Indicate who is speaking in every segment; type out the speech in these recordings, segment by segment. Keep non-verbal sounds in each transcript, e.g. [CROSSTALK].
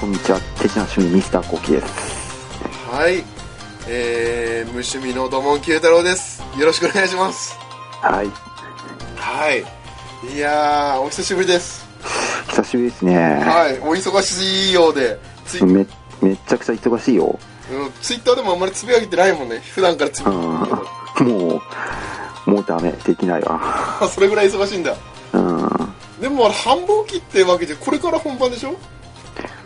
Speaker 1: こんにちは手品趣味ミスターコキです
Speaker 2: はい、えー、無趣味の土門九太郎です。よろしくお願いします。
Speaker 1: はい
Speaker 2: はい。いやー、お久しぶりです。
Speaker 1: 久しぶりですね、
Speaker 2: はい、お忙しいようで、ツイ,、うん、
Speaker 1: めめっちゃくちゃ忙しいよ
Speaker 2: ツイッターでもあんまりつぶやいてないもんね。普段からつぶ
Speaker 1: う
Speaker 2: やい
Speaker 1: ん
Speaker 2: てるけど。
Speaker 1: もうもうダメできないわ
Speaker 2: あ、それぐらい忙しいんだ。
Speaker 1: うん
Speaker 2: でもあれ、繁忙期ってわけじゃ、これから本番でしょ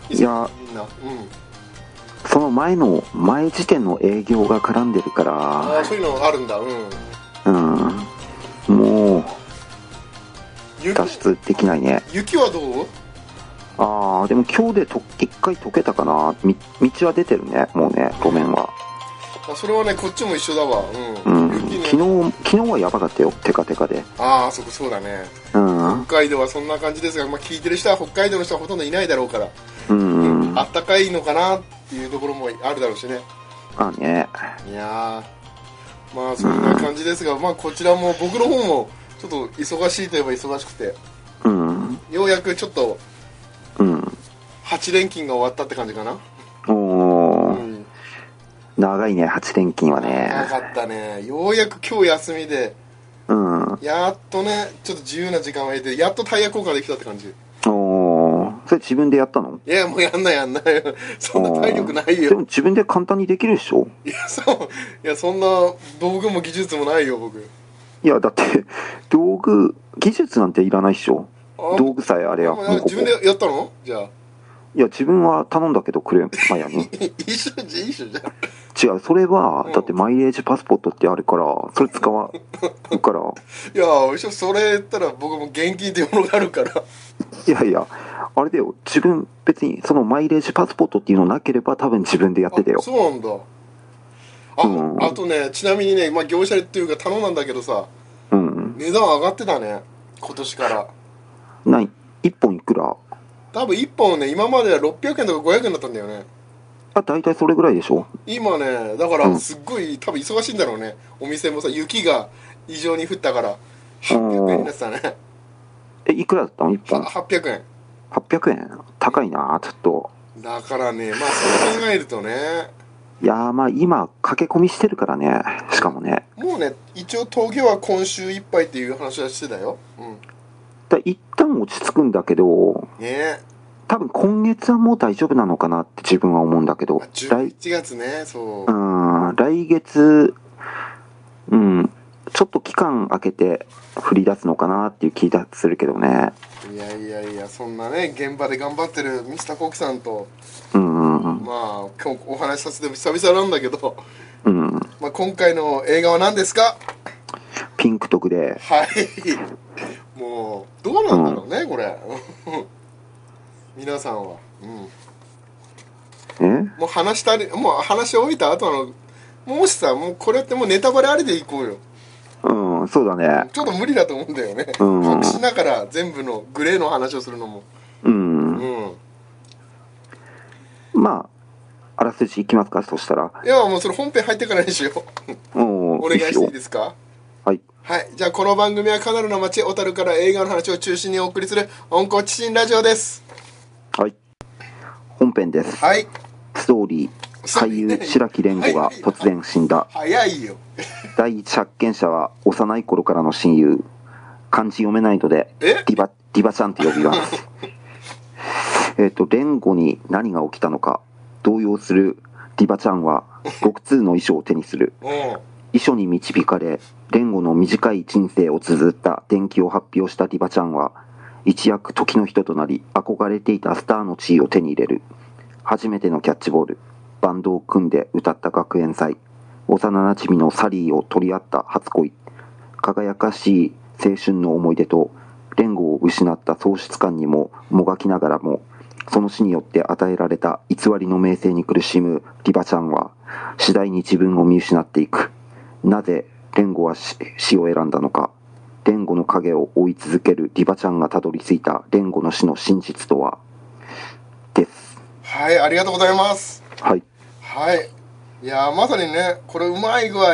Speaker 1: いや
Speaker 2: みんな。うん。
Speaker 1: その前の前時点の営業が絡んでる
Speaker 2: あ
Speaker 1: か
Speaker 2: あ、そういうのあるんだ。うん。
Speaker 1: らうんもう
Speaker 2: 雪
Speaker 1: 脱出できないね
Speaker 2: 雪はどう
Speaker 1: ああでも今日でと一回溶けたかなみ道は出てるねもうね路面は
Speaker 2: あそれはね、こっちも一緒だわ。
Speaker 1: う
Speaker 2: うん。
Speaker 1: ん
Speaker 2: 雪ね。
Speaker 1: 昨日昨日はやばかったよテカテカで
Speaker 2: ああ、そこそうだね。
Speaker 1: うん
Speaker 2: 北海道はそんな感じですが、まあ、聞いてる人は北海道の人はほとんどいないだろうから、
Speaker 1: うん
Speaker 2: あったかいのかなっていうところもあるだろうしね
Speaker 1: あね
Speaker 2: いやーまあそんな感じですが、まあこちらも僕の方もちょっと忙しいといえば忙しくて
Speaker 1: うん
Speaker 2: ようやくちょっと
Speaker 1: うん
Speaker 2: 8連勤が終わったって感じかな
Speaker 1: お
Speaker 2: う
Speaker 1: ー
Speaker 2: ん
Speaker 1: 長いね8連勤は
Speaker 2: な
Speaker 1: ね
Speaker 2: かったねようやく今日休みで
Speaker 1: うん
Speaker 2: やっとねちょっと自由な時間を得てやっとタイヤ交換できたって感じ
Speaker 1: おーそれ自分でやったの
Speaker 2: いやもうやんないやんない [LAUGHS] そんな体力ない
Speaker 1: で
Speaker 2: よ
Speaker 1: も自分で簡単にできるでしょ
Speaker 2: いやそういやそんな道具も技術もないよ僕
Speaker 1: いやだって [LAUGHS] 道具技術なんていらないっしょ
Speaker 2: あ
Speaker 1: 道具さえあれや
Speaker 2: も
Speaker 1: も
Speaker 2: う
Speaker 1: う
Speaker 2: や
Speaker 1: ここ
Speaker 2: 自分でやったのじゃあ
Speaker 1: いや自分は頼んだけどクレマヤ
Speaker 2: [LAUGHS]
Speaker 1: に
Speaker 2: 一緒じゃん一緒じゃん
Speaker 1: 違うそれは、
Speaker 2: うん
Speaker 1: だってマイレージパスポートってあるからそれ使わんから
Speaker 2: いや一緒それ言ったら僕も現金っていうものがある
Speaker 1: [LAUGHS]
Speaker 2: から
Speaker 1: いやいやあれだよ自分別にそのマイレージパスポートっていうのなければ多分自分でやってたよ
Speaker 2: あそうなんだあ、
Speaker 1: うん
Speaker 2: あとねちなみにね、まあ、業者っていうか頼んだんだけどさ
Speaker 1: うん
Speaker 2: 値段上がってたね今年から
Speaker 1: ない1本いくら
Speaker 2: 多分1本ね今までは600円とか500円だったんだよね
Speaker 1: あ大体それぐらいでしょ
Speaker 2: 今ねだからすっごい多分忙しいんだろうねお店もさ雪が異常に降ったから800円になってたね
Speaker 1: えいくらだったの1
Speaker 2: は
Speaker 1: 本
Speaker 2: 800円
Speaker 1: 800円高いなちょっと
Speaker 2: だからねまあそう考えるとね
Speaker 1: いやーまあ今駆け込みしてるからねしかもね
Speaker 2: もうね一応峠は今週いっぱいっていう話はしてたようん
Speaker 1: だ一旦落ち着くんだけど
Speaker 2: ねえ
Speaker 1: 多分今月はもう大丈夫なのかなって自分は思うんだけど
Speaker 2: あ
Speaker 1: 来
Speaker 2: 11月ねそう
Speaker 1: う
Speaker 2: うん
Speaker 1: 来月うんちょっと期間空けて振り出すのかなっていう気がするけどね
Speaker 2: いやいやいやそんなね現場で頑張ってるミスターコウキさんと
Speaker 1: うんうん
Speaker 2: まあ今日お話しさせて久々なんだけど、
Speaker 1: うん
Speaker 2: まあ、今回の映画は何ですか
Speaker 1: ピンクとグレ
Speaker 2: はいもうどうなんだろうね、これ [LAUGHS] 皆さんはうん
Speaker 1: ーえ
Speaker 2: もう話したりもう話し終えた後のもしさもうこれってもうネタバレありでいこうよ
Speaker 1: うんそうだね
Speaker 2: [LAUGHS] ちょっと無理だと思うんだよね
Speaker 1: うん
Speaker 2: 隠しながら全部のグレーの話をするのも
Speaker 1: うん
Speaker 2: うん
Speaker 1: まああらすじいきますかそしたら
Speaker 2: いやもうそれ本編入ってからにしよう
Speaker 1: お
Speaker 2: お願いしていいですか
Speaker 1: はい
Speaker 2: はいじゃあこの番組はカナルの街小樽から映画の話を中心にお送りする温厚知心ラジオです
Speaker 1: はい本編です
Speaker 2: はい
Speaker 1: ストーリー俳優白木蓮子が突然死んだ
Speaker 2: 早いよ
Speaker 1: 第一発見者は幼い頃からの親友漢字読めないので
Speaker 2: え
Speaker 1: ディバディバちゃんと呼びます
Speaker 2: [LAUGHS]
Speaker 1: えっと蓮子に何が起きたのか動揺するディバちゃんは極通の衣装を手にする
Speaker 2: うん
Speaker 1: 遺書に導かれ蓮子の短い人生を綴った伝記を発表したリバちゃんは一躍時の人となり憧れていたスターの地位を手に入れる初めてのキャッチボールバンドを組んで歌った学園祭幼馴染のサリーを取り合った初恋輝かしい青春の思い出と蓮子を失った喪失感にももがきながらもその死によって与えられた偽りの名声に苦しむリバちゃんは次第に自分を見失っていくなぜ蓮子は死死を選んだのか蓮子の影を追い続けるリバちゃんがたどり着いた蓮子の死の真実とはです
Speaker 2: はいありがとうございます
Speaker 1: はい
Speaker 2: はいいやーまさにねこれうまい具合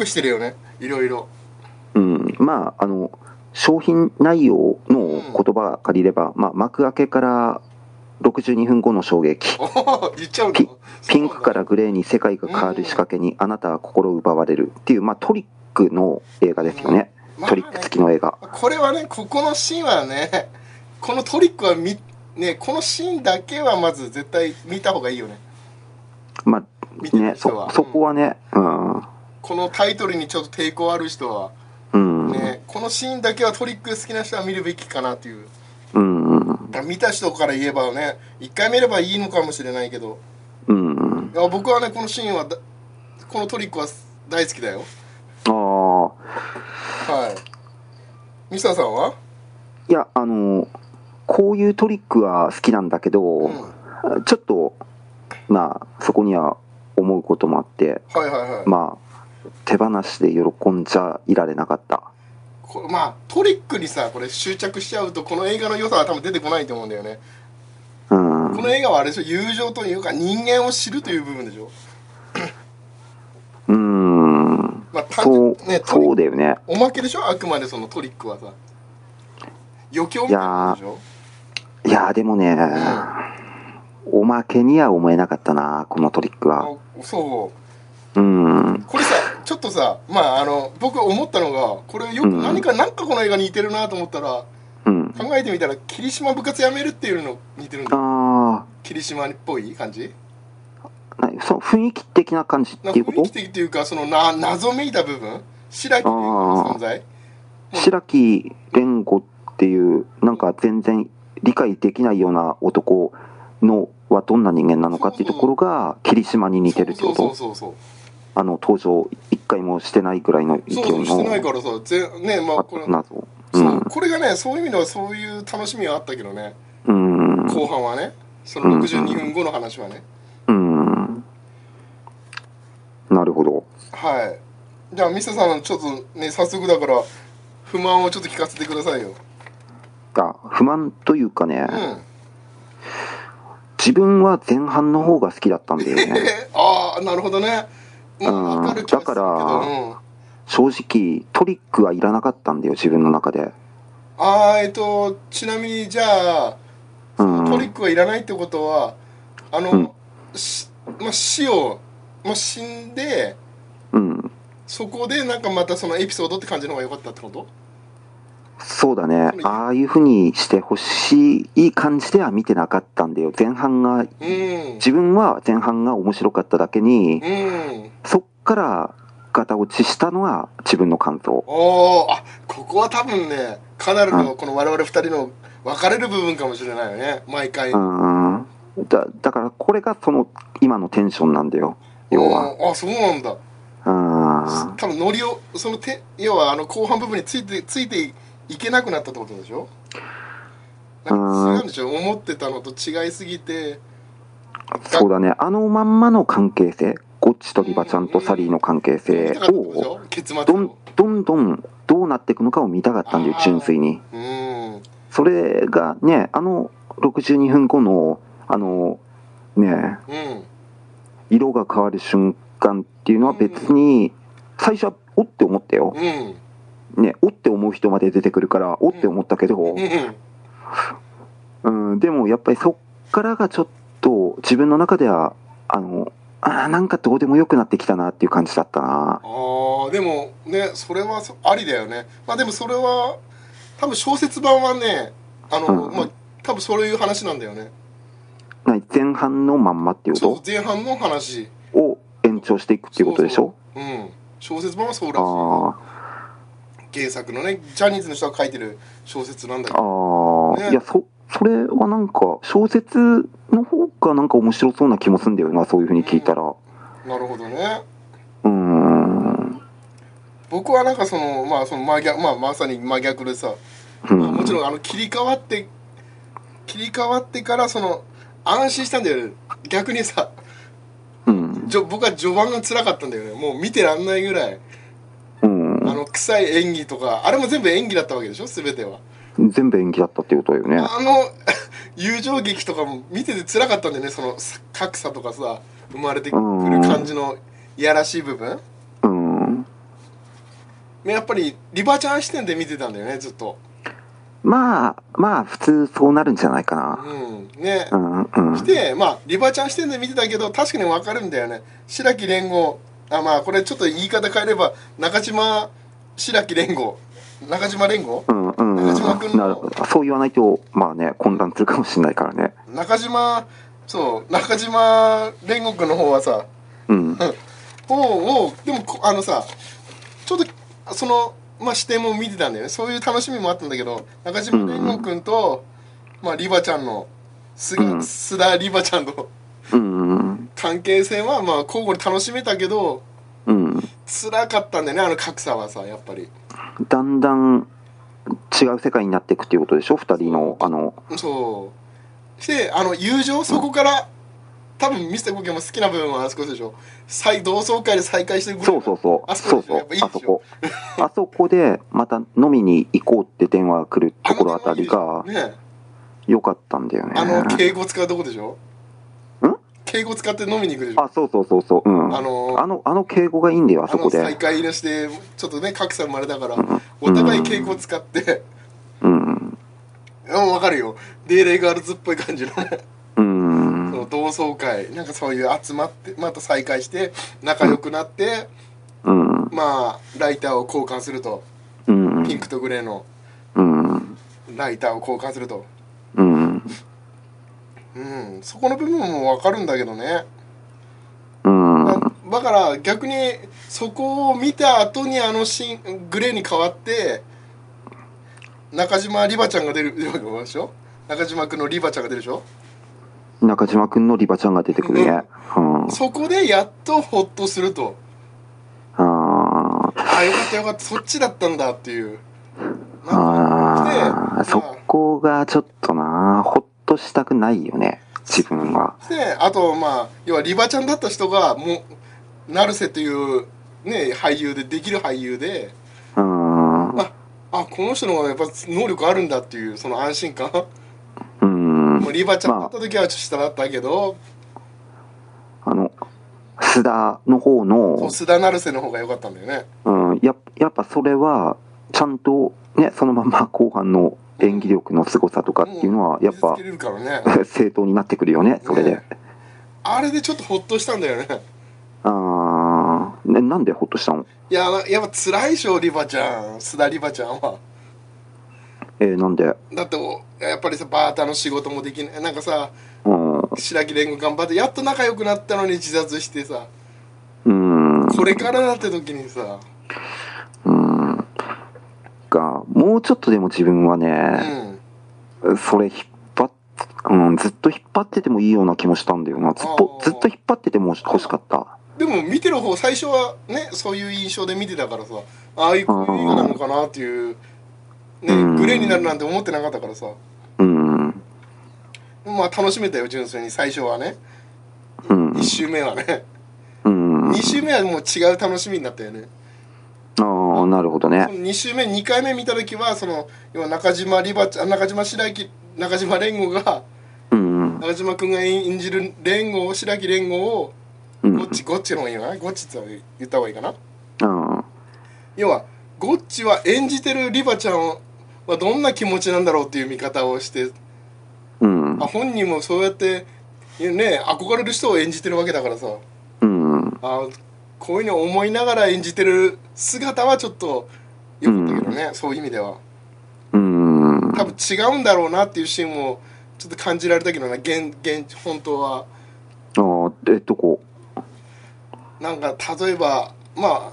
Speaker 2: 隠してるよねいろいろ [LAUGHS]
Speaker 1: うんまああの商品内容の言葉が借りれば、まあ、幕開けから62分後の衝撃
Speaker 2: おー言っちゃうんだ
Speaker 1: ピピンクからグレーに世界が変わる仕掛けにあなたは心を奪われるっていう、まあ、トリックの映画ですよね、
Speaker 2: うん
Speaker 1: トリック付きの映画
Speaker 2: これはねここのシーンはねこのトリックはみねこのシーンだけはまず絶対見た方がいいよね
Speaker 1: ま
Speaker 2: 見
Speaker 1: あ
Speaker 2: てた
Speaker 1: ね
Speaker 2: 人は
Speaker 1: そそこはねうん
Speaker 2: このタイトルにちょっと抵抗ある人は
Speaker 1: うん、
Speaker 2: ねこのシーンだけはトリック好きな人は見るべきかなっていう
Speaker 1: うん
Speaker 2: だから見た人から言えばね一回見ればいいのかもしれないけど
Speaker 1: うん
Speaker 2: いや僕はねこのシーンはだこのトリックは大好きだよ
Speaker 1: ああ
Speaker 2: はいミサさんはい
Speaker 1: やあのこういうトリックは好きなんだけど、
Speaker 2: うんはい
Speaker 1: ちょっとまあそこには思うこともあって
Speaker 2: はいはい
Speaker 1: まあ手放しで喜んじゃいられなかった
Speaker 2: こまあトリックにさこれ執着しちゃうとこの映画の良さは多分出てこないと思うんだよね
Speaker 1: うん
Speaker 2: この映画はあれでしょ友情というか人間を知るという部分でしょ
Speaker 1: うん
Speaker 2: まあ単
Speaker 1: そう
Speaker 2: 純ねトリ
Speaker 1: そうだよね
Speaker 2: おまけでしょあくまでそのトリックはさ余興みたいなもんでしょ
Speaker 1: いやーでもね、おまけには思えなかったなこのトリックは
Speaker 2: あそう
Speaker 1: うん
Speaker 2: これさちょっとさまああの僕思ったのがこれよく
Speaker 1: うん
Speaker 2: 何か、なんかこの映画に似てるなと思ったら
Speaker 1: うん
Speaker 2: 考えてみたら霧島部活やめるっていうの似てるんだ
Speaker 1: あ
Speaker 2: 霧島っぽい感じ
Speaker 1: あなその雰囲気的な感じっ
Speaker 2: なん
Speaker 1: て
Speaker 2: か
Speaker 1: いうこ
Speaker 2: 雰囲気
Speaker 1: と
Speaker 2: 的というかそのな謎めいた部分白木という存在的
Speaker 1: 白木蓮吾っていうなんか全然理解できないような男のはどんな人間なのかっていうところが霧島に似てるってこ
Speaker 2: そうそう
Speaker 1: と
Speaker 2: そうそう
Speaker 1: あの登場一回もしてないぐらいの勢い
Speaker 2: そうそうしてない
Speaker 1: の
Speaker 2: からさぜねまあこれ、
Speaker 1: 謎う
Speaker 2: そうんこれがねそういう意味ではそういう楽しみはあったけどね
Speaker 1: うん
Speaker 2: 後半はねその62分後の話はね
Speaker 1: うんなるほど
Speaker 2: はいじゃあミサさんちょっとね早速だから不満をちょっと聞かせてくださいよ
Speaker 1: あ不満というかね、
Speaker 2: うん
Speaker 1: 自分は前半の方が好きだったんだよ
Speaker 2: [LAUGHS]
Speaker 1: ね
Speaker 2: ああなるほどねまあ
Speaker 1: うん
Speaker 2: わかる気がするけ
Speaker 1: だか
Speaker 2: ど、
Speaker 1: ら
Speaker 2: うん、
Speaker 1: 正直トリックはいらなかったんだよ自分の中で
Speaker 2: あーえっとちなみにじゃあ
Speaker 1: う
Speaker 2: トリッ
Speaker 1: ん
Speaker 2: クはいらないってことはあの、しまあ、死を、まあ、死んで
Speaker 1: うん
Speaker 2: そこでなんかまたそのエピソードって感じの方が良かったってこと
Speaker 1: そうだねああいう風にしてほしい感じでは見てなかったんだよ前半が
Speaker 2: うん
Speaker 1: 自分は前半が面白かっただけに
Speaker 2: うん
Speaker 1: そっからガタ落ちしたのは自分の感想
Speaker 2: おーあここは多分ねかなりのこの我々二人の分かれる部分かもしれないよね毎回
Speaker 1: うんだだからこれがその今のテンションなんだよ要は
Speaker 2: うんあそうなんだ
Speaker 1: うん
Speaker 2: 多分ノリをそのて要はあの後半部分についてついていけなくなったってことでしょなんか違うんでしょ思ってたのと違いすぎて
Speaker 1: そうだねあのまんまの関係性ゴッチとリバちゃんとサリーの関係
Speaker 2: 見
Speaker 1: 性
Speaker 2: たかったってことでし
Speaker 1: を
Speaker 2: ょ結末を
Speaker 1: どんどんどんどうなっていくのかを見たかったんだよ
Speaker 2: あー
Speaker 1: 純粋に
Speaker 2: うん
Speaker 1: それがねあの62分後のあのね
Speaker 2: うん
Speaker 1: 色が変わる瞬間っていうのは別に最初はおって思ったよ、
Speaker 2: うん
Speaker 1: ね、おって思う人まで出てくるからおって思ったけど、
Speaker 2: うん
Speaker 1: うん、でもやっぱりそっからがちょっと自分の中ではあのあーなんかどうでもよくなってきたなっていう感じだったな
Speaker 2: ああでもねそれはそありだよねまあでもそれは多分小説版はねあの、
Speaker 1: うん
Speaker 2: まあ多分そういう話なんだよね
Speaker 1: な前半のまんまっていう
Speaker 2: そう
Speaker 1: こ
Speaker 2: 前半の話っ
Speaker 1: とを延長していくっていうことでしょ
Speaker 2: うそううん小説版はそうらしい
Speaker 1: あ
Speaker 2: 原作のねジャニーズの人が書いてる小説なんだけ
Speaker 1: ああ
Speaker 2: ど
Speaker 1: ー、
Speaker 2: ね
Speaker 1: いやそそれはなんか小説の方がなんか面白そうな気もするんだよなそういうふうに聞いたら
Speaker 2: なるほどね
Speaker 1: うん
Speaker 2: 僕はなんかそのまあその真逆、まあ、まさに真逆でさ、
Speaker 1: う
Speaker 2: まあもち
Speaker 1: ん
Speaker 2: ろんあの切り替わって切り替わってからその安心したんだよね逆にさ
Speaker 1: うん
Speaker 2: じょ僕は序盤が辛かったんだよねもう見てらんないぐらいあの臭い演技とかあれも全部演技だったわけでしょ全ては
Speaker 1: うん全部演技だったっていうことだよね
Speaker 2: あの [LAUGHS] 友情劇とかも見てて辛かったんだよねそのさ格差とかさ生まれてくる感じのいやらしい部分
Speaker 1: うん
Speaker 2: ねやっぱりリバちゃん視点で見てたんだよねずっと
Speaker 1: まあ、まあ、普通そうなるんじゃないかな。
Speaker 2: うんね
Speaker 1: うん、うん。
Speaker 2: してまあリバちゃん視点で見てたけど確かに分かるんだよね白木連合あまあこれちょっと言い方変えれば中島白木連合中島連合
Speaker 1: うん、うん、うん。
Speaker 2: 中島君の
Speaker 1: なるほどそう言わないと、まあね、混乱するかもしれないからね。
Speaker 2: 中島そう中島煉獄の方はさ
Speaker 1: うん。
Speaker 2: 方をでもこあのさちょっとそのまあ視点も見てたんだよねそういう楽しみもあったんだけど中島煉獄君と、まあリバちゃんの菅、
Speaker 1: うん
Speaker 2: 須田リバちゃんの
Speaker 1: うん、うん。
Speaker 2: 関係性はまあ交互に楽しめたけど
Speaker 1: うん。
Speaker 2: 辛かったんだよねあの格差はさやっぱり
Speaker 1: だんだん違う世界になっていくっていうことでしょ二人の、あの、
Speaker 2: そうしてあの友情そこから多分ミスターコケも好きな部分はあそこでしょ再同窓会で再会してくれ
Speaker 1: そうそうそう。
Speaker 2: あそ
Speaker 1: そう
Speaker 2: こ
Speaker 1: そう。
Speaker 2: ですよ
Speaker 1: あそこ。あそこで、また飲みに行こうって電話来るところあたり
Speaker 2: [LAUGHS]
Speaker 1: が
Speaker 2: ね
Speaker 1: 良かったんだよね。
Speaker 2: あの敬語使うとこでしょ
Speaker 1: ん
Speaker 2: 敬語使って飲みに行くでしょ
Speaker 1: あ、そうそうそうそう。うん。
Speaker 2: あのー
Speaker 1: あの、あの敬語がいいんだよ、あ
Speaker 2: あ
Speaker 1: そ
Speaker 2: の
Speaker 1: こ
Speaker 2: 再
Speaker 1: で。
Speaker 2: 会いらしてちょっとね格差生まれたから
Speaker 1: ん
Speaker 2: お互い敬語使って
Speaker 1: うん。
Speaker 2: うん分かるよデーレイガールズっぽい感じのね
Speaker 1: うん。
Speaker 2: そうの同窓会なんかそういう集まってまた再会して仲良くなって
Speaker 1: ん。
Speaker 2: まあライターを交換すると
Speaker 1: うん。
Speaker 2: ピンクとグレーの
Speaker 1: うん。
Speaker 2: ライターを交換すると
Speaker 1: うん。
Speaker 2: うんそこの部分も分かるんだけどね
Speaker 1: うん。
Speaker 2: だだから逆にそこを見た後にあのシーングレーに変わって中島リバちゃんが出る [LAUGHS] でしょ中島君のリバちゃんが出るでしょ
Speaker 1: 中島くんのリバちゃんが出てくるね。うん。あ
Speaker 2: そこでやっとホッとすると
Speaker 1: あー。
Speaker 2: あよかったよかったそっちだったんだっていう
Speaker 1: ああ。
Speaker 2: で
Speaker 1: そこがちょっとな、ほっとしたくないよね、自分は。
Speaker 2: であとまあ要はリバちゃんだった人がもう成瀬というね俳優でできる俳優で
Speaker 1: うん。
Speaker 2: ああこの人の方がやっぱ能力あるんだっていうその安心感
Speaker 1: うん
Speaker 2: もう。リバちゃんだった時はちょっと下だったけど、
Speaker 1: あの、須田の方
Speaker 2: そう
Speaker 1: の、
Speaker 2: 須田成瀬の方が良かったんだよね
Speaker 1: うん、ややっぱそれは、ちゃんとね、そのま [LAUGHS] ま後半の演技力の凄さとかっていうのは、やっ
Speaker 2: 見
Speaker 1: ぱ
Speaker 2: せつけ、れるからね
Speaker 1: 正当になってくるよね、それで
Speaker 2: ね。あれでちょっとホッとしたんだよね [LAUGHS]
Speaker 1: あーね、なんでほっとしたの
Speaker 2: いややっぱ辛いでしょリバちゃん須田リバちゃんは
Speaker 1: えーなんで、
Speaker 2: だっておやっぱりさバーターの仕事もできないなんかさ
Speaker 1: うん、う
Speaker 2: 白木蓮子頑張ってやっと仲良くなったのに自殺してさ
Speaker 1: ん、
Speaker 2: これからだって時にさ
Speaker 1: うん、が、もうちょっとでも自分は
Speaker 2: う
Speaker 1: ね、
Speaker 2: ん
Speaker 1: それ引っ張っ、うん、ずっと引っ張っててもいいような気もしたんだよな。ずっと
Speaker 2: あ、ー
Speaker 1: ずっと引っ張ってても欲しかった。
Speaker 2: でも見てる方最初はねそういう印象で見てたからさああいうこういう映画なのかなっていうね
Speaker 1: うん
Speaker 2: グレーになるなんて思ってなかったからさ
Speaker 1: うん、
Speaker 2: まあ楽しめたよ純粋に最初はね
Speaker 1: うん
Speaker 2: 1、周目はね
Speaker 1: うん。
Speaker 2: 2周目はもう違う楽しみになったよね
Speaker 1: ああ、なるほど
Speaker 2: そ
Speaker 1: ね。
Speaker 2: の2周目2回目見た時はその要は中島リバちゃん中島白木中島連吾が
Speaker 1: うん。
Speaker 2: 中島君が演じる連吾を白木連吾を
Speaker 1: うん。
Speaker 2: ゴッチゴッチの方がいいかなゴッチって言った方がいいかな
Speaker 1: うん。
Speaker 2: 要はゴッチは演じてるリバちゃんはどんな気持ちなんだろうっていう見方をして
Speaker 1: うん
Speaker 2: あ。本人もそうやってね憧れる人を演じてるわけだからさ
Speaker 1: うん。
Speaker 2: あこういうのを思いながら演じてる姿はちょっと良かったけどね、そういう意味では
Speaker 1: うん。
Speaker 2: 多分違うんだろうなっていうシーンもちょっと感じられたけどね現現本当は
Speaker 1: ああ、え、どこ
Speaker 2: なんか例えばまあ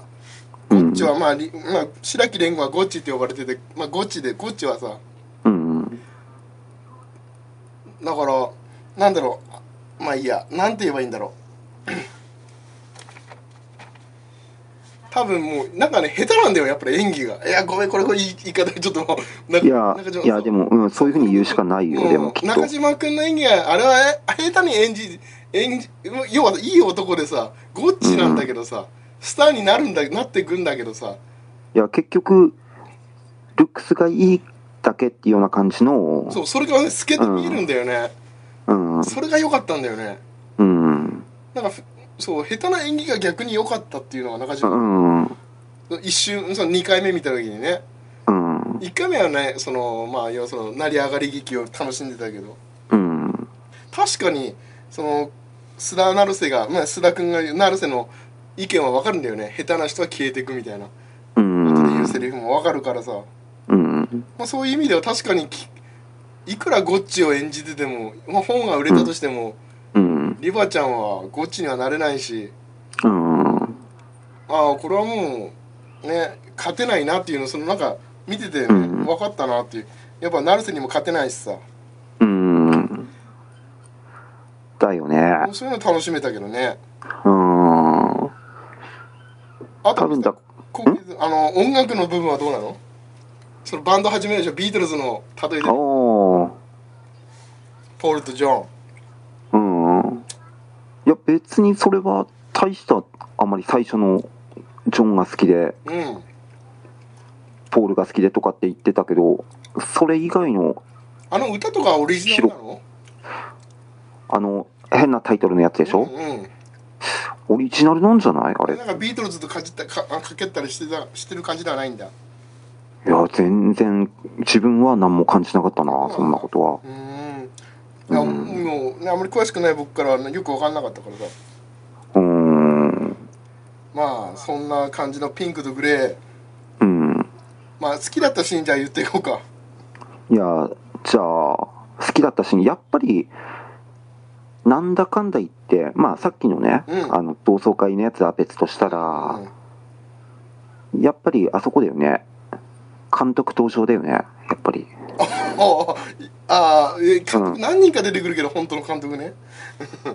Speaker 1: う
Speaker 2: ゴ
Speaker 1: ん
Speaker 2: ッチはまあ、りまあ、白木蓮吾はゴッチって呼ばれてて、まあ、ゴッチでゴッチはさ
Speaker 1: うん。
Speaker 2: だからなんだろうまあいいやなんて言えばいいんだろう [COUGHS] 多分もうなんかね下手なんだよやっぱり演技がいやごめんこれこれ言い言い方ちょっともうなんか
Speaker 1: いや
Speaker 2: 中島、
Speaker 1: いや、でも、うん、そういうふうに言うしかないよ、で
Speaker 2: う
Speaker 1: も、
Speaker 2: ん
Speaker 1: きっと
Speaker 2: 中。島君の演技はあれはえ下手に演じ演じ要はいい男でさゴッチなんだけどさ、スターになるんだなってくんだけどさ
Speaker 1: いや、結局、ルックスがいいだけっていうような感じの、
Speaker 2: そうそれがね透けて見えるんだよね、
Speaker 1: うん。
Speaker 2: それが良かったんだよね
Speaker 1: うん。
Speaker 2: なんかふそう下手な演技が逆に良かったっていうのが中島
Speaker 1: うん。
Speaker 2: 一瞬その2回目見た時にね
Speaker 1: うん。
Speaker 2: 1回目はねそのまあ要はその成り上がり劇を楽しんでたけど
Speaker 1: うん
Speaker 2: 確かにその須田成瀬が、まあ、須田君が言う成瀬の意見は分かるんだよね下手な人は消えていくみたいな
Speaker 1: う
Speaker 2: 後で言うんセリフも分かるからさ、
Speaker 1: うん
Speaker 2: まあ、そういう意味では確かにきいくらゴッチを演じてても、まあ、本が売れたとしても、
Speaker 1: うん
Speaker 2: リバちゃんはゴッチにはなれないし
Speaker 1: うん
Speaker 2: ああこれはもうね勝てないなっていうのそのなんか見てて、ね
Speaker 1: うん
Speaker 2: 分かったなっていうやっぱ成瀬にも勝てないしさ
Speaker 1: うんだよね
Speaker 2: そういうの楽しめたけどね
Speaker 1: うん
Speaker 2: あ
Speaker 1: 多
Speaker 2: と
Speaker 1: 分だ
Speaker 2: こうあの音楽の部分はどうなのそのバンド始めるでしょビートルズの例えで
Speaker 1: おお
Speaker 2: ポールとジョン
Speaker 1: うんいや別にそれは大したあまり最初のジョンが好きで
Speaker 2: うん
Speaker 1: ポールが好きでとかって言ってたけどそれ以外の
Speaker 2: あの歌とかオリジナルなの
Speaker 1: あの変なタイトルのやつでしょ、
Speaker 2: うんうん
Speaker 1: オリジナルなんじゃないあれい
Speaker 2: なんかビートルズとかじったかかけたりしてたしてる感じではないんだ
Speaker 1: や全然自分は何も感じなかったなそんなことは
Speaker 2: うーんいや
Speaker 1: うん
Speaker 2: もうねあんまり詳しくない僕からはねよく分かんなかったからさ
Speaker 1: うん
Speaker 2: まあそんな感じのピンクとグレー
Speaker 1: うん
Speaker 2: まあ好きだったシーンじゃあ言っていこうか
Speaker 1: いやじゃあ好きだったしやっぱりなんだかんだ言ってまあさっきのね、
Speaker 2: うん
Speaker 1: あの同窓会のやつは別としたら、やっぱりあそこだよね監督登場だよねやっぱり
Speaker 2: あああえ監督
Speaker 1: うん
Speaker 2: 何人か出てくるけど本当の監督ね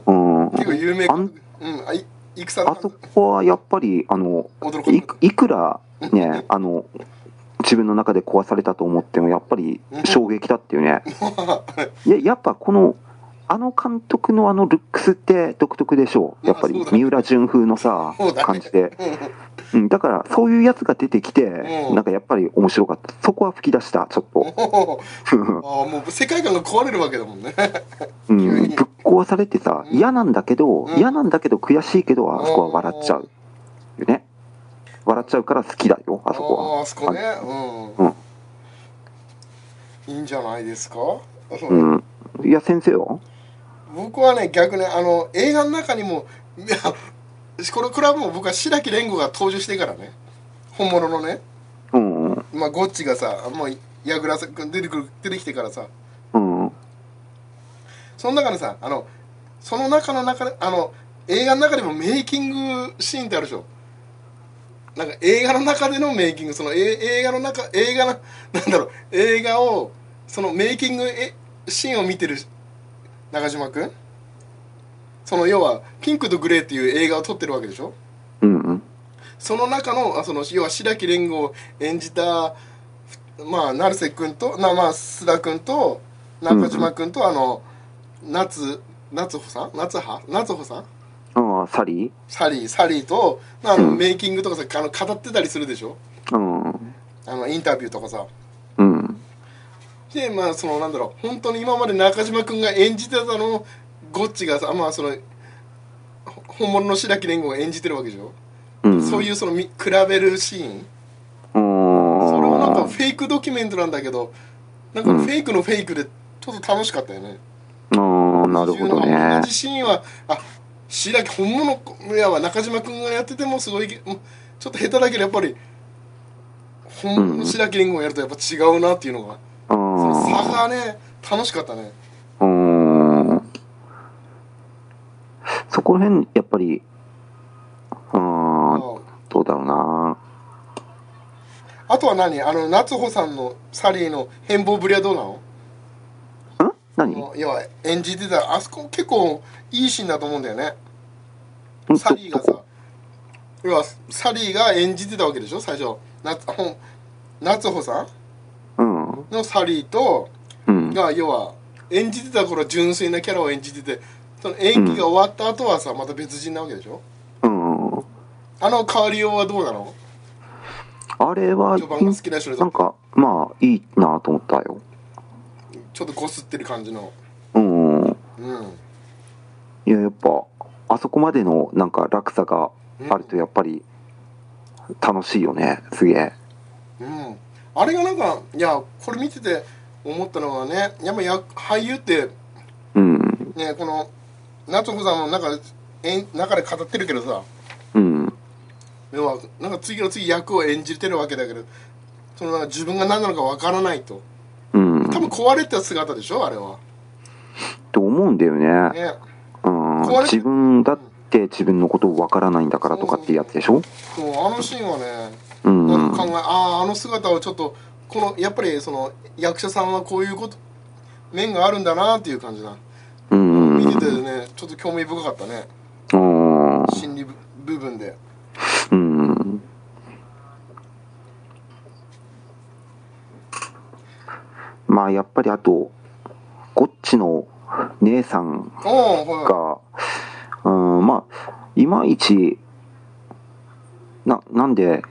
Speaker 1: うん
Speaker 2: 結構有名
Speaker 1: あん
Speaker 2: 監督うんあい戦の
Speaker 1: あ
Speaker 2: 監
Speaker 1: そ
Speaker 2: 督
Speaker 1: こはやっぱりあの
Speaker 2: 驚かない [LAUGHS]
Speaker 1: くいくらねあの自分の中で壊されたと思ってもやっぱり衝撃だっていうね
Speaker 2: かった
Speaker 1: いややっぱこのあの監督のあのルックスって独特でしょうやっぱり
Speaker 2: まあそうだね
Speaker 1: 三浦淳風のさ
Speaker 2: そうだね
Speaker 1: 感じ
Speaker 2: [LAUGHS]
Speaker 1: で、
Speaker 2: うん
Speaker 1: うん、だからそういうやつが出てきて
Speaker 2: うん
Speaker 1: なんかやっぱり面白かったそこは吹き出したちょっと、
Speaker 2: お
Speaker 1: [LAUGHS]
Speaker 2: ー
Speaker 1: うん
Speaker 2: ああもう世界観が壊れるわけだもんね
Speaker 1: う
Speaker 2: 急
Speaker 1: ん、ぶ
Speaker 2: に
Speaker 1: っ壊されてさ
Speaker 2: うん
Speaker 1: 嫌なんだけど
Speaker 2: うん
Speaker 1: 嫌なんだけど悔しいけどあそこは笑っちゃうよね笑っちゃうから好きだよあそこは
Speaker 2: あーあそこね
Speaker 1: う
Speaker 2: うんいいんじゃないですか
Speaker 1: うんいや先生は
Speaker 2: 僕はね逆にあの映画の中にもいやこれこれはもう僕は白木蓮吾が登場してからね本物のね、
Speaker 1: うんうん
Speaker 2: まあ、ゴッチがさもう矢倉さん出てくる出てきてからさ
Speaker 1: うん
Speaker 2: その中のさあのその中の中であの映画の中でもメイキングシーンってあるでしょなんか映画の中でのメイキングそのえ映画の中映画のなんだろう映画をそのメイキングえシーンを見てる中島君その要は「ピンクとグレー」っていう映画を撮ってるわけでしょ
Speaker 1: うんうん
Speaker 2: その中のあその要は白木蓮吾を演じたまあ成瀬君となまあ須田君と中島君と、あの夏夏穂さん夏葉夏穂さん
Speaker 1: ああサリー
Speaker 2: サリーサリーとあの、
Speaker 1: うん
Speaker 2: メイキングとかさあの語ってたりするでしょ
Speaker 1: うん
Speaker 2: あのインタビューとかさ
Speaker 1: うん
Speaker 2: でまあそのなんだろう本当に今まで中島君が演じてたのをゴッチがさまあそのほ本物の白木蓮吾を演じてるわけでしょ、
Speaker 1: うん
Speaker 2: そういうそのみ比べるシーン
Speaker 1: うん
Speaker 2: それもなんかフェイクドキュメントなんだけどなんか
Speaker 1: うん
Speaker 2: フェイクのフェイクでちょっと楽しかったよね、
Speaker 1: うんなるほど
Speaker 2: 自由な
Speaker 1: ね
Speaker 2: 同じシーンはあ白木本物いや中島君がやっててもすごいけもうちょっと下手だけどやっぱり本物の白木リンゴをやるとやっぱ違うなっていうのが、
Speaker 1: う
Speaker 2: その
Speaker 1: ん
Speaker 2: 差がね楽しかったね
Speaker 1: うーんそこら辺、やっぱり、う
Speaker 2: あ
Speaker 1: ーん、どうだろうな。
Speaker 2: あとは何あの夏穂さんのサリーの変貌ぶりはどうなの
Speaker 1: ん何ど
Speaker 2: あの要は演じてたあそこ結構いいシーンだと思うんだよね
Speaker 1: ど
Speaker 2: サリーが
Speaker 1: こ
Speaker 2: さ要はサリーが演じてたわけでしょ最初夏ほん夏穂さ
Speaker 1: うん。
Speaker 2: んのサリーと
Speaker 1: うん。
Speaker 2: が要は演じてた頃は純粋なキャラを演じててその演技が終わった後はさまた別人なわけでしょ
Speaker 1: うん。
Speaker 2: あの変わりようはどうなの
Speaker 1: あれは、
Speaker 2: 序盤が好きな人でち
Speaker 1: なんか、まあ、いいなと思ったよ。
Speaker 2: ょっとこすってる感じの
Speaker 1: うん。
Speaker 2: うん
Speaker 1: いや、やっぱ、あそこまでの、なんか、落差があると、やっぱり、楽しいよね。すげえ。
Speaker 2: うんあれがなんかいやこれ見てて思ったのはねやっぱ役俳優って
Speaker 1: うん
Speaker 2: ねこの夏子さんもなんかえん中で語ってるけどさ
Speaker 1: うん
Speaker 2: 要はなんか次の次役を演じてるわけだけどそのなんか自分が何なのかわからないと
Speaker 1: うん
Speaker 2: 多分壊れた姿でしょあれは
Speaker 1: と思うんだよね
Speaker 2: ね
Speaker 1: うん
Speaker 2: 壊れ
Speaker 1: 自分だって自分のことわからないんだからとかってやつでしょ
Speaker 2: そうあのシーンはね
Speaker 1: うんう
Speaker 2: なん
Speaker 1: ん
Speaker 2: か考えあああの姿をちょっとこのやっぱりその役者さんはこういうこと面があるんだなっていう感じな
Speaker 1: うん
Speaker 2: 見ててねちょっと興味深かったね
Speaker 1: うん
Speaker 2: 心理部部分で
Speaker 1: うんまあやっぱりあとゴッチの姉さん
Speaker 2: おおはい
Speaker 1: がうんまあいまいちななんで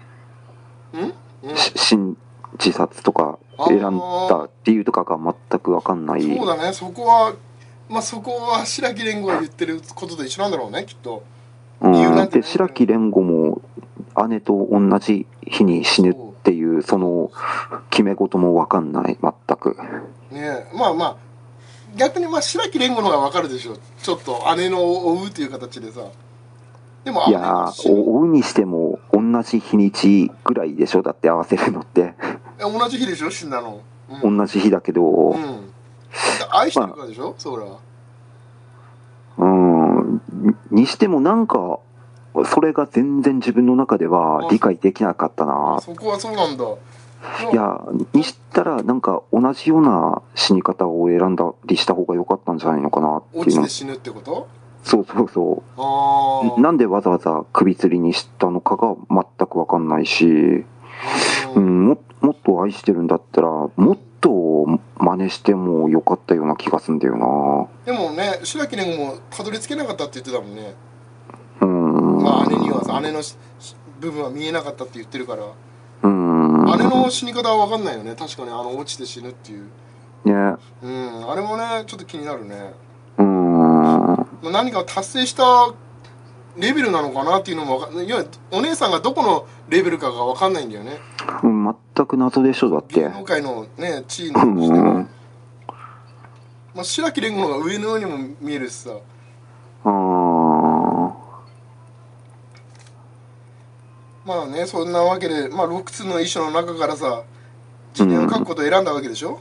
Speaker 2: うんうん
Speaker 1: し新自殺とか選んだ理由とかが全く分かんない
Speaker 2: そうだねそこはまあそこは白木蓮吾が言ってることと一緒なんだろうねきっと
Speaker 1: うん
Speaker 2: 理由なんて
Speaker 1: で白木蓮吾も姉と同じ日に死ぬっていうその決め事も分かんない全く
Speaker 2: ねえまあまあ逆にまあ白木蓮吾の方がわかるでしょちょっと姉の追うという形でさでも
Speaker 1: い
Speaker 2: 姉
Speaker 1: や
Speaker 2: が
Speaker 1: ー
Speaker 2: 死ぬ
Speaker 1: お追うにしても同じ日にちぐらいでしょだって合わせるのって
Speaker 2: え同じ日でしょ死んだのうん
Speaker 1: 同じ日だけ
Speaker 2: う
Speaker 1: ど
Speaker 2: ん、愛してるからでしょ、そら
Speaker 1: うんににしてもなんかそれが全然自分の中では理解できなかったな
Speaker 2: そこはそうなんだ
Speaker 1: いやにしたらなんか同じような死に方を選んだりした方が良かったんじゃないのかなって
Speaker 2: 落
Speaker 1: いう
Speaker 2: ち
Speaker 1: の
Speaker 2: て死ぬってこと
Speaker 1: そうそうそう
Speaker 2: ああ
Speaker 1: なんでわざわざ首吊りにしたのかが全くわかんないし、
Speaker 2: う
Speaker 1: うんん、ももっと愛してるんだったらもっと真似してもよかったような気がすんだよ
Speaker 2: でもね白木蓮もたどり着けなかったって言ってたもんね、
Speaker 1: なうん、
Speaker 2: まあ姉にはさ姉のしし部分は見えなかったって言ってるから、
Speaker 1: うん
Speaker 2: 姉の死に方は分かんないよね確かにあの落ちて死ぬっていう
Speaker 1: ね
Speaker 2: うんあれもねちょっと気になるね、
Speaker 1: うん
Speaker 2: まあ、何かを達成したレベルなのかなっていうのもわかんないいやお姉さんがどこのレベルかが分かんないんだよね
Speaker 1: 全く謎でしょだって
Speaker 2: 芸能界のね地位の
Speaker 1: う
Speaker 2: としても
Speaker 1: ん
Speaker 2: まあ、白木蓮吾の方が上のようにも見えるしさ
Speaker 1: あ
Speaker 2: まあねそんなわけで、まあ、6つの衣装の中からさ自伝を書くことを選んだわけでし
Speaker 1: う
Speaker 2: ょ、
Speaker 1: ん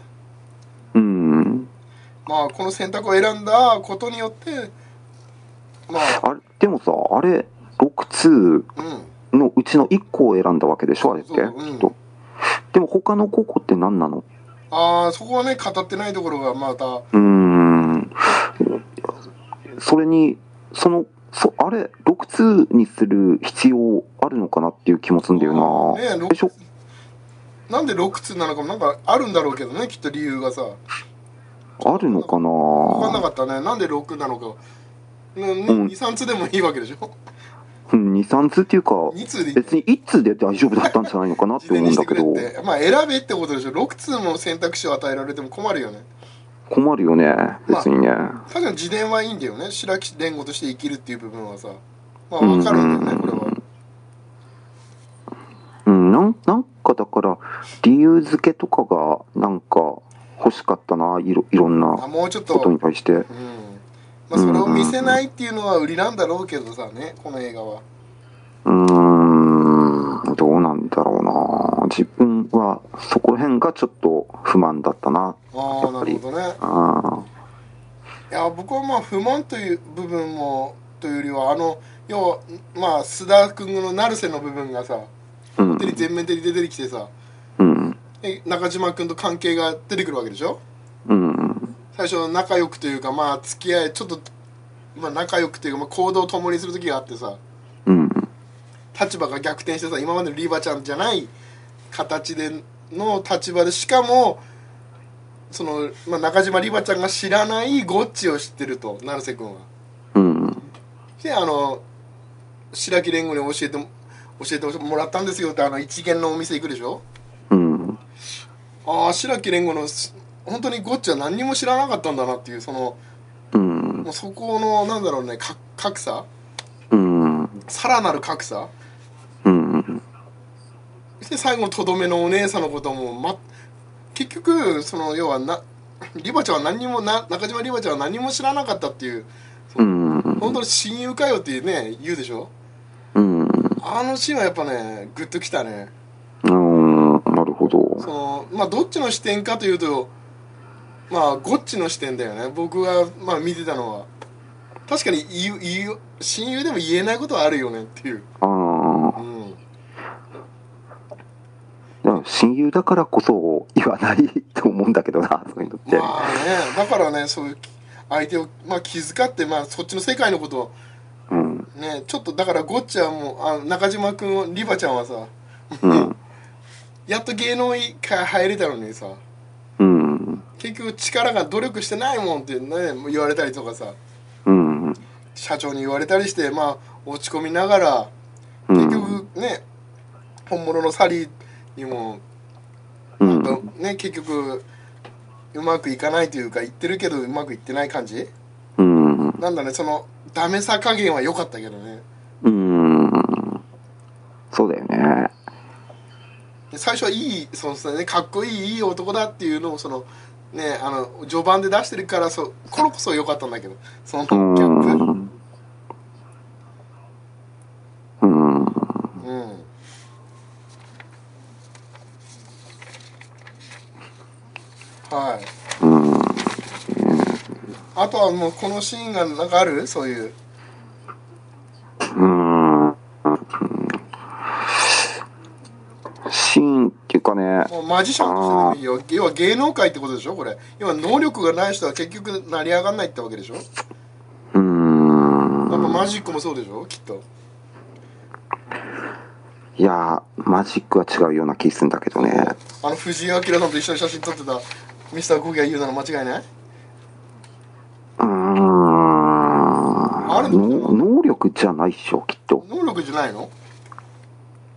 Speaker 2: まあこの選択を選んだことによってまあ
Speaker 1: あれでもさあれ6通
Speaker 2: うん
Speaker 1: のうちの1個を選んだわけでしょあれって
Speaker 2: そううん
Speaker 1: きっとでも他の5個って何なの
Speaker 2: ああそこはね語ってないところがまた
Speaker 1: うーん。それに、その、そあれ、6通にする必要あるのかなっていう気もするんだよ
Speaker 2: ね
Speaker 1: な。
Speaker 2: ろ
Speaker 1: でしょ
Speaker 2: なんで6つなのかもなんかあるんだろうけどねきっと理由がさ
Speaker 1: あるのか
Speaker 2: 分かんな
Speaker 1: な
Speaker 2: かったねなんで6なのか、ねね
Speaker 1: うん
Speaker 2: 23つでもいいわけでし
Speaker 1: [LAUGHS]
Speaker 2: ょ
Speaker 1: うん、2、3通っていうか、
Speaker 2: 2通でいい
Speaker 1: 別に1通で大丈夫だったんじゃないのかなっ
Speaker 2: 事
Speaker 1: て
Speaker 2: 前
Speaker 1: 思うん
Speaker 2: にして
Speaker 1: だ
Speaker 2: く
Speaker 1: けど、
Speaker 2: れってまあ選べってことでしょ6通も選択肢を与えられても困るよね
Speaker 1: 困るよね、別にね。
Speaker 2: 確かに自伝はいいんだよね白木連吾として生きるっていう部分はさまあ分かるんだよねこれは
Speaker 1: うん、なんなんかだから、理由付けとかが、なんか、欲しかったな、いろいろん
Speaker 2: あ
Speaker 1: な
Speaker 2: もうちょっと
Speaker 1: ことに対して。
Speaker 2: うんまあそれを見せないっていうのは売りなんだろうけどさねこの映画は
Speaker 1: うーん、どうなんだろうな。自分はそこら辺がちょっと不満だったな。
Speaker 2: ああなるほどね
Speaker 1: あ
Speaker 2: いや僕はまあ不満という部分もというよりはあの要はまあ須田君の成瀬の部分がさ
Speaker 1: ーうん
Speaker 2: テレ全面的に出てきてさ
Speaker 1: うん
Speaker 2: で中島君と関係が出てくるわけでしょ
Speaker 1: うん
Speaker 2: 最初仲良くというかまあ付き合いちょっと、まあ、仲良くというか、まあ、行動を共にする時があってさ
Speaker 1: うん
Speaker 2: 立場が逆転してさ今までのリバちゃんじゃない形での立場でしかもその、まあ、中島リバちゃんが知らないゴッチを知ってると成瀬君は。
Speaker 1: うん
Speaker 2: であの白木蓮吾に教えても教えてもらったんですよってあの一元のお店行くでしょ
Speaker 1: うん
Speaker 2: ああ白木蓮吾のす本当にゴッチは何にも知らなかったんだなっていうその
Speaker 1: うん
Speaker 2: もうそこのなんだろうねか格差
Speaker 1: うん
Speaker 2: さらなる格差
Speaker 1: うん
Speaker 2: で最後のとどめのお姉さんのことも、ま、結局その要はなリバちゃんは何にもな中島リバちゃんは何も知らなかったっていう
Speaker 1: うん
Speaker 2: 本当に親友かよってね言うでしょ
Speaker 1: うん
Speaker 2: あのシーンはやっぱねグッときたね
Speaker 1: うんなるほ
Speaker 2: そ
Speaker 1: ど
Speaker 2: のまあどっちの視点かというとまあゴッチの視点だよね僕がまあ見てたのは確かに言う言う親友でも言えないことはあるよねっていう、
Speaker 1: あ
Speaker 2: う
Speaker 1: あ
Speaker 2: ん、
Speaker 1: でも親友だからこそ言わないと思うんだけどなそういうのって、
Speaker 2: まあねだからねそういう相手を、まあ、気遣って、まあ、そっちの世界のことを
Speaker 1: うん
Speaker 2: ねちょっとだからゴッチはもうあ中島君をリバちゃんはさ
Speaker 1: うん
Speaker 2: やっと芸能界入れたのにさ
Speaker 1: うん
Speaker 2: 結局力が努力してないもんってねもう言われたりとかさ
Speaker 1: うん
Speaker 2: 社長に言われたりしてまあ落ち込みながら
Speaker 1: う
Speaker 2: 結
Speaker 1: ん
Speaker 2: 局ね、本物のサリーにも、
Speaker 1: うん
Speaker 2: ね結局うまくいかないというか言ってるけどうまくいってない感じ
Speaker 1: うん
Speaker 2: なんだねそのダメさ加減は良かったけどね
Speaker 1: うんそうだよね
Speaker 2: で最初はいいそうですねかっこいいいい男だっていうのをそのねあの序盤で出してるからそこれこそ良かったんだけどその
Speaker 1: う
Speaker 2: ギャッ
Speaker 1: んうん
Speaker 2: プうんはい
Speaker 1: うん
Speaker 2: あとはもうこのシーンがなんかあるそういう
Speaker 1: うーんシーンっていうかね、
Speaker 2: もうマジシャンとしてでもいいよ要は芸能界ってことでしょこれ要は能力がない人は結局成り上がんないってわけでしょやっ
Speaker 1: うーん、
Speaker 2: ぱマジックもそうでしょきっと
Speaker 1: いやー、マジックは違うような気するんだけどね。
Speaker 2: あの藤井明さんと一緒に写真撮ってたミスターコギが言うなら間違いないう
Speaker 1: ーん、
Speaker 2: あるの
Speaker 1: の能力じゃないっしょ、きっと。
Speaker 2: 能力じゃないの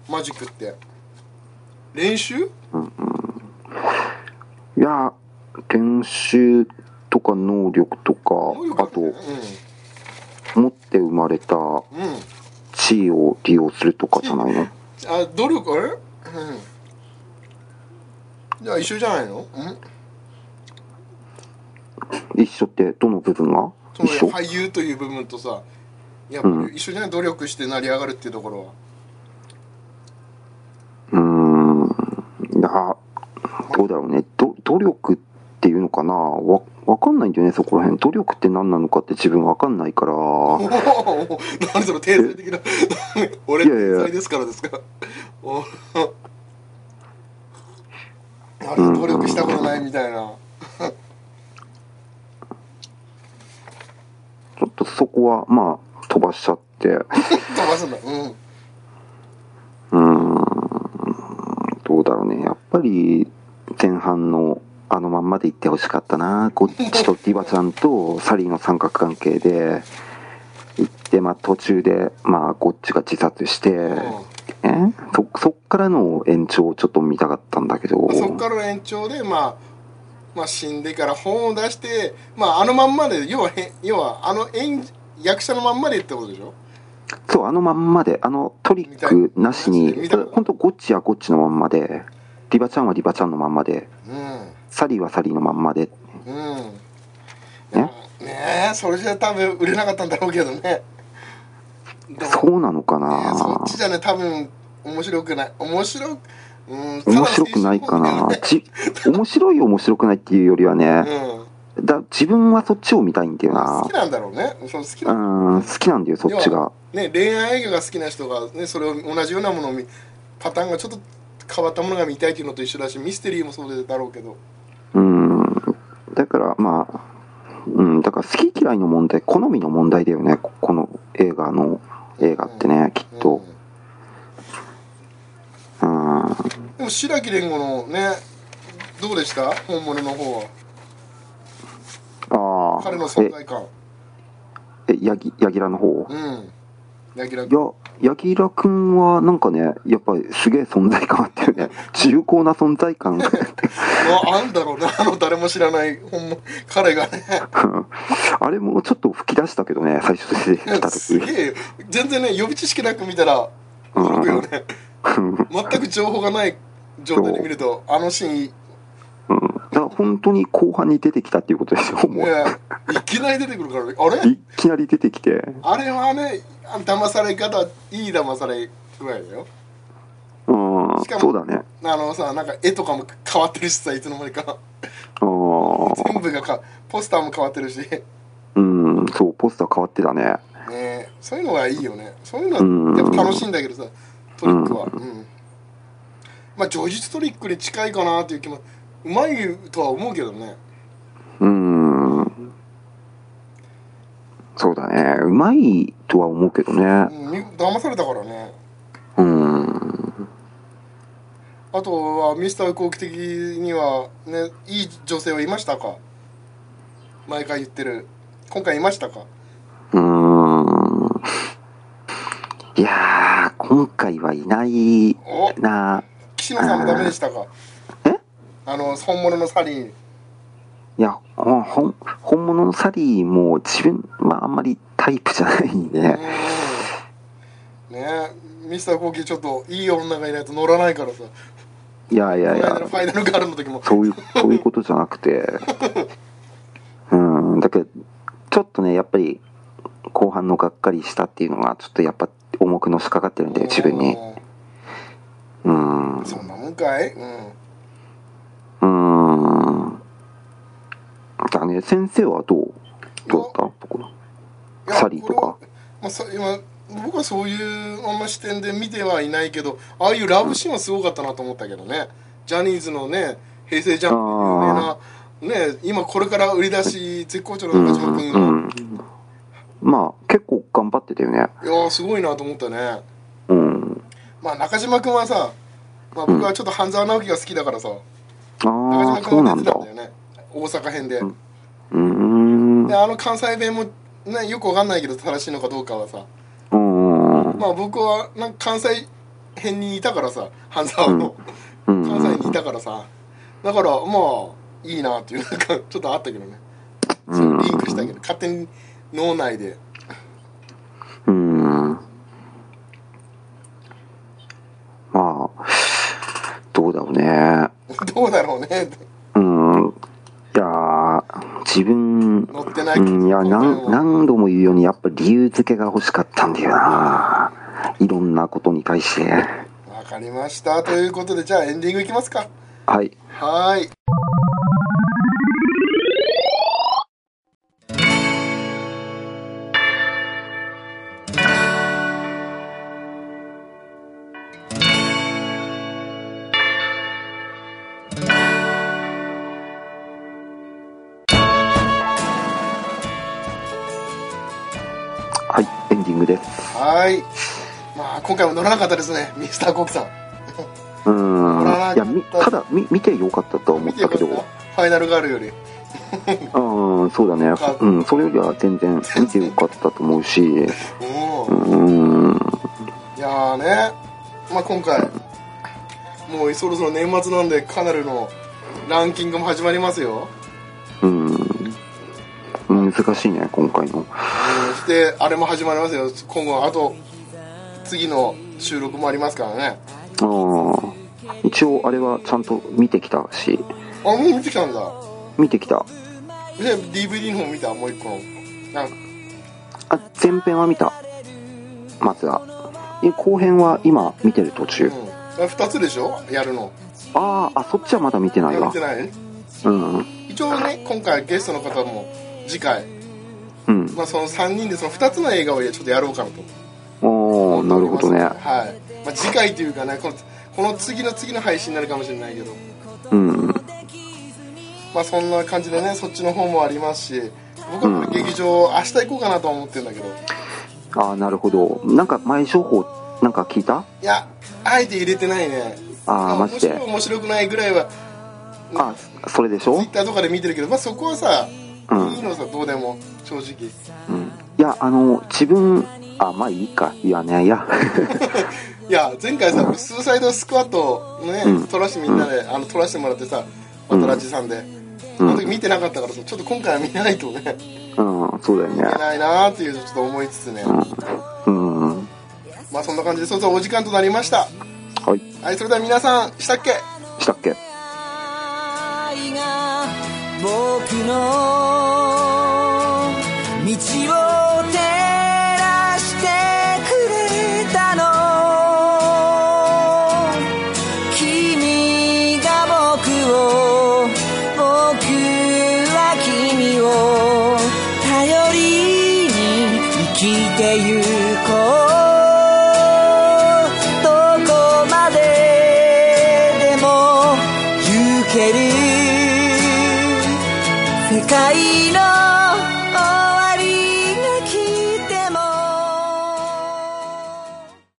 Speaker 2: マジックって練習
Speaker 1: いやー、練習とか能力と
Speaker 2: 能
Speaker 1: か、あ
Speaker 2: 力
Speaker 1: と、
Speaker 2: う
Speaker 1: 持って生まれた
Speaker 2: んうん
Speaker 1: 地位を利用するとかじゃないの
Speaker 2: あ努力あれうんじゃあ一緒じゃないのうん
Speaker 1: 一緒って、どの部分が
Speaker 2: その
Speaker 1: 一緒
Speaker 2: 俳優という部分とさやっ
Speaker 1: う
Speaker 2: ぱ一緒じゃない努力して成り上がるっていうところ
Speaker 1: う
Speaker 2: は
Speaker 1: ーん、いや、どうだろうね、ど努力っていうのかな、わわかんないんだよね、そこら辺、努力って何なのかって自分わかんないから、
Speaker 2: [LAUGHS] おお何その天才的な [LAUGHS] 俺
Speaker 1: いやいや
Speaker 2: 天才ですからですかおお [LAUGHS] あれ
Speaker 1: うん
Speaker 2: 努力したことないみたいな
Speaker 1: ちょっとそこは、まあ、飛ばしちゃって、う
Speaker 2: 飛ばすんだうん
Speaker 1: ーん、どうだろうね、やっぱり前半のあのまんまでいってほしかったな、こっちとディバちゃんとサリーの三角関係で。行ってまあ、途中で、まあ、ゴッチが自殺して、
Speaker 2: う
Speaker 1: えそそっからの延長をちょっと見たかったんだけど
Speaker 2: ん、そこからの延長で、まあ、まあ死んでから本を出して、まあ、あのまんまで要はへ要はあの演役者のまんまでってことでしょ
Speaker 1: そうあのまんまであのトリックなし
Speaker 2: 見
Speaker 1: に
Speaker 2: たい見た
Speaker 1: 本当ゴッチはゴッチのまんまでリバちゃんはリバちゃんのまんまで
Speaker 2: うん
Speaker 1: サリーはサリーのまんまで
Speaker 2: うんねねえそれじゃ多分売れなかったんだろうけどねでも
Speaker 1: そうなのか
Speaker 2: ねえそ
Speaker 1: な
Speaker 2: っちじゃね多分面白くない面白く、うん、
Speaker 1: 面白くないかなじ面白い面白くないっていうよりは
Speaker 2: た
Speaker 1: ね
Speaker 2: だの青春うん、
Speaker 1: だ自分はそっちを見たいんだよ
Speaker 2: 好
Speaker 1: な
Speaker 2: きなんだろうねその好きな、
Speaker 1: うん好きなんだよそっち
Speaker 2: 要
Speaker 1: が
Speaker 2: ね、恋愛映画が好きな人が、ね、それを同じようなものを見パターンがちょっと変わったものが見たいっていうのと一緒だしミステリーもそうだろうけど
Speaker 1: うんだからまあうん、だから好き嫌いの問題好みの問題だよねここの映画の映画ってねきっと
Speaker 2: う
Speaker 1: うん
Speaker 2: んでも白木蓮吾のねどうでした本物の方は
Speaker 1: ああ
Speaker 2: 彼の存在感
Speaker 1: ええヤギヤギラの方
Speaker 2: うんヤギラ
Speaker 1: いやヤギラくんはなんかねやっぱりすげえ存在感あったよ
Speaker 2: [LAUGHS]
Speaker 1: ね重厚な存在感
Speaker 2: ああんだろうなあの誰も知らない本物彼がね
Speaker 1: あれもちょっと吹き出したけどね最初出てきた
Speaker 2: す
Speaker 1: 時
Speaker 2: げえよ全然ね予備知識なく見たら驚くよね全く情報がない状態で見るとあのシーンい
Speaker 1: うん、だから本当に後半に出てきたっていうことですよ、もう。
Speaker 2: やいきなり出てくるからねあれ
Speaker 1: いきなり出てきて、
Speaker 2: あれはねあ騙され方いい騙され具合だよ
Speaker 1: うん
Speaker 2: しか、も
Speaker 1: そうだね。
Speaker 2: あのさなんか絵とかも変わってるしさいつの間にか
Speaker 1: あー
Speaker 2: 全部がかポスターも変わってるしね
Speaker 1: うん、そう、ポスター変わってたね。
Speaker 2: えそういうのがいいよねそういう
Speaker 1: うん
Speaker 2: のはやっぱ楽しいんだけどさトリックはうんまあ叙述トリックに近いかなっていう気もうまいとは思うけどね
Speaker 1: うん。そうだね。うまいとは思うけどね。
Speaker 2: うんみ騙されたからね
Speaker 1: うん。
Speaker 2: あとはミスター後期的にはねいい女性はいましたか毎回言ってる今回いましたか
Speaker 1: うん。いやー、今回はいない
Speaker 2: お
Speaker 1: な。
Speaker 2: 岸野さんもダメでしたか
Speaker 1: え
Speaker 2: あの本物のサリー
Speaker 1: いや、ほんほん本物のサリーも自分、まああんまりタイプじゃないん
Speaker 2: う
Speaker 1: で
Speaker 2: ん。ねえミスター後期ちょっといい女がいないと乗らないからさ
Speaker 1: いやいやい
Speaker 2: この間
Speaker 1: や
Speaker 2: の、ファイナルガールの時も
Speaker 1: そういう、そういうことじゃなく
Speaker 2: [LAUGHS]
Speaker 1: て。うん、だけど、ちょっとね、やっぱり、後半のがっかりしたっていうのが、ちょっとやっぱ重くのしかかってるんで、自分に。うん。う
Speaker 2: そんなもんかいうん
Speaker 1: ーん。だね、先生はどうどうだった僕の
Speaker 2: いや
Speaker 1: サリーとか
Speaker 2: これはまあ、そ今僕はそういうあんま視点で見てはいないけどああいうラブシーンはすごかったなと思ったけどね、ジャニーズのね平成ジャンプ有名なね今これから売り出し絶好調
Speaker 1: う
Speaker 2: の
Speaker 1: ん
Speaker 2: 中島君が、
Speaker 1: うん。まあ、結構頑張ってたよね。
Speaker 2: いやーすごいなと思ったね
Speaker 1: うん。
Speaker 2: まあ中島君はさ、まあ、僕はちょっと半沢直樹が好きだからさ、
Speaker 1: あ
Speaker 2: 中
Speaker 1: あ、そ
Speaker 2: 島
Speaker 1: う
Speaker 2: 君
Speaker 1: な
Speaker 2: が
Speaker 1: ん
Speaker 2: 出
Speaker 1: だ。
Speaker 2: てたんだよ
Speaker 1: う
Speaker 2: ね大阪編で、
Speaker 1: んーん。
Speaker 2: であの関西弁も、ね、よくわかんないけど正しいのかどうかはさ
Speaker 1: うん。
Speaker 2: まあ僕はなんか関西編にいたからさ半沢の、
Speaker 1: うん
Speaker 2: 関西にいたからさだからまあいいなっていうなんかちょっとあったけどねそうリンクしたけど勝手に脳内で [LAUGHS]
Speaker 1: うん。まあ、どうだろうね。
Speaker 2: どうだろうね
Speaker 1: うん。いやー、自分、
Speaker 2: 乗ってない
Speaker 1: うん、いや、
Speaker 2: 今
Speaker 1: 何、
Speaker 2: 回も
Speaker 1: 何度も言うように、やっぱ理由付けが欲しかったんだよな。いろんなことに対して。
Speaker 2: わかりましたということでじゃあエンディングいきますか
Speaker 1: はい。
Speaker 2: はーい
Speaker 1: はい、エンディングです。
Speaker 2: はーいまあ今回も乗らなかったですねミスターコキさん
Speaker 1: うん。
Speaker 2: あー
Speaker 1: いや、みただ、み、見てよかったとは思
Speaker 2: 見
Speaker 1: って
Speaker 2: よ
Speaker 1: た
Speaker 2: か
Speaker 1: け
Speaker 2: った
Speaker 1: ど
Speaker 2: フ、ァイナルガールより
Speaker 1: うん、そうだね。うん、それよりは全然見てよかったと思うし、
Speaker 2: う
Speaker 1: うんん。
Speaker 2: いやーねまあ今回もうそろそろ年末なんでかなりのランキングも始まりますよ
Speaker 1: うん。難しいね、今回の。
Speaker 2: うんしてあれも始まりますよ今後あと次の収録もありますからね
Speaker 1: ああ。一応、あれはちゃんと見てきたし、
Speaker 2: あもう見てきたんだ
Speaker 1: 見てきた。
Speaker 2: で DVD の方見たもう一個のなん
Speaker 1: あ、前編は見た。松田。え後編は今見てる途中。
Speaker 2: うん、2つでしょやるの
Speaker 1: ああ、あ、そっちはまだ見てない
Speaker 2: や
Speaker 1: わ
Speaker 2: って。ない
Speaker 1: うん。
Speaker 2: 一応ね今回ゲストの方も次回、
Speaker 1: うん。
Speaker 2: まあ、その3人でその2つの映画をちょっとやろうかなと
Speaker 1: おー、なるほどね。
Speaker 2: はい、まあ、次回というかねこのこの次の次の配信になるかもしれないけど
Speaker 1: うん。
Speaker 2: まあそんな感じでねそっちの方もありますし僕はこれ劇場、明日行こうかなとは思ってるんだけど
Speaker 1: ああ、なるほど。なんか前情報、なんか聞いた
Speaker 2: いやあえて入れてないね
Speaker 1: ああ、マ
Speaker 2: 面
Speaker 1: ジ
Speaker 2: 白い
Speaker 1: で。
Speaker 2: 面白くないぐらいは
Speaker 1: あそれでしょ
Speaker 2: Twitter とかで見てるけど、まあ、そこはさ、
Speaker 1: うん
Speaker 2: いいのさどうでも正直
Speaker 1: うん。いや、あの、自分、あ、まあいいか。いやね、いや。 [LAUGHS]
Speaker 2: いや前回さスーサイドスクワットをね、
Speaker 1: うん
Speaker 2: 撮らしてみんなで、あの撮らしてもらってさまたラジさんで、その時見てなかったからさちょっと今回は見ないとね
Speaker 1: うん、そうだよ
Speaker 2: いけ
Speaker 1: ね。
Speaker 2: ないなーっていうちょっと思いつつね、
Speaker 1: うん。うん。
Speaker 2: まあそんな感じでそろそろお時間となりましたはいそれでは皆さんしたっけ
Speaker 1: したっけ
Speaker 3: 愛が僕の道を照らしてくれたの君が僕を僕は君を頼りに生きてゆこうどこまででも行ける世界の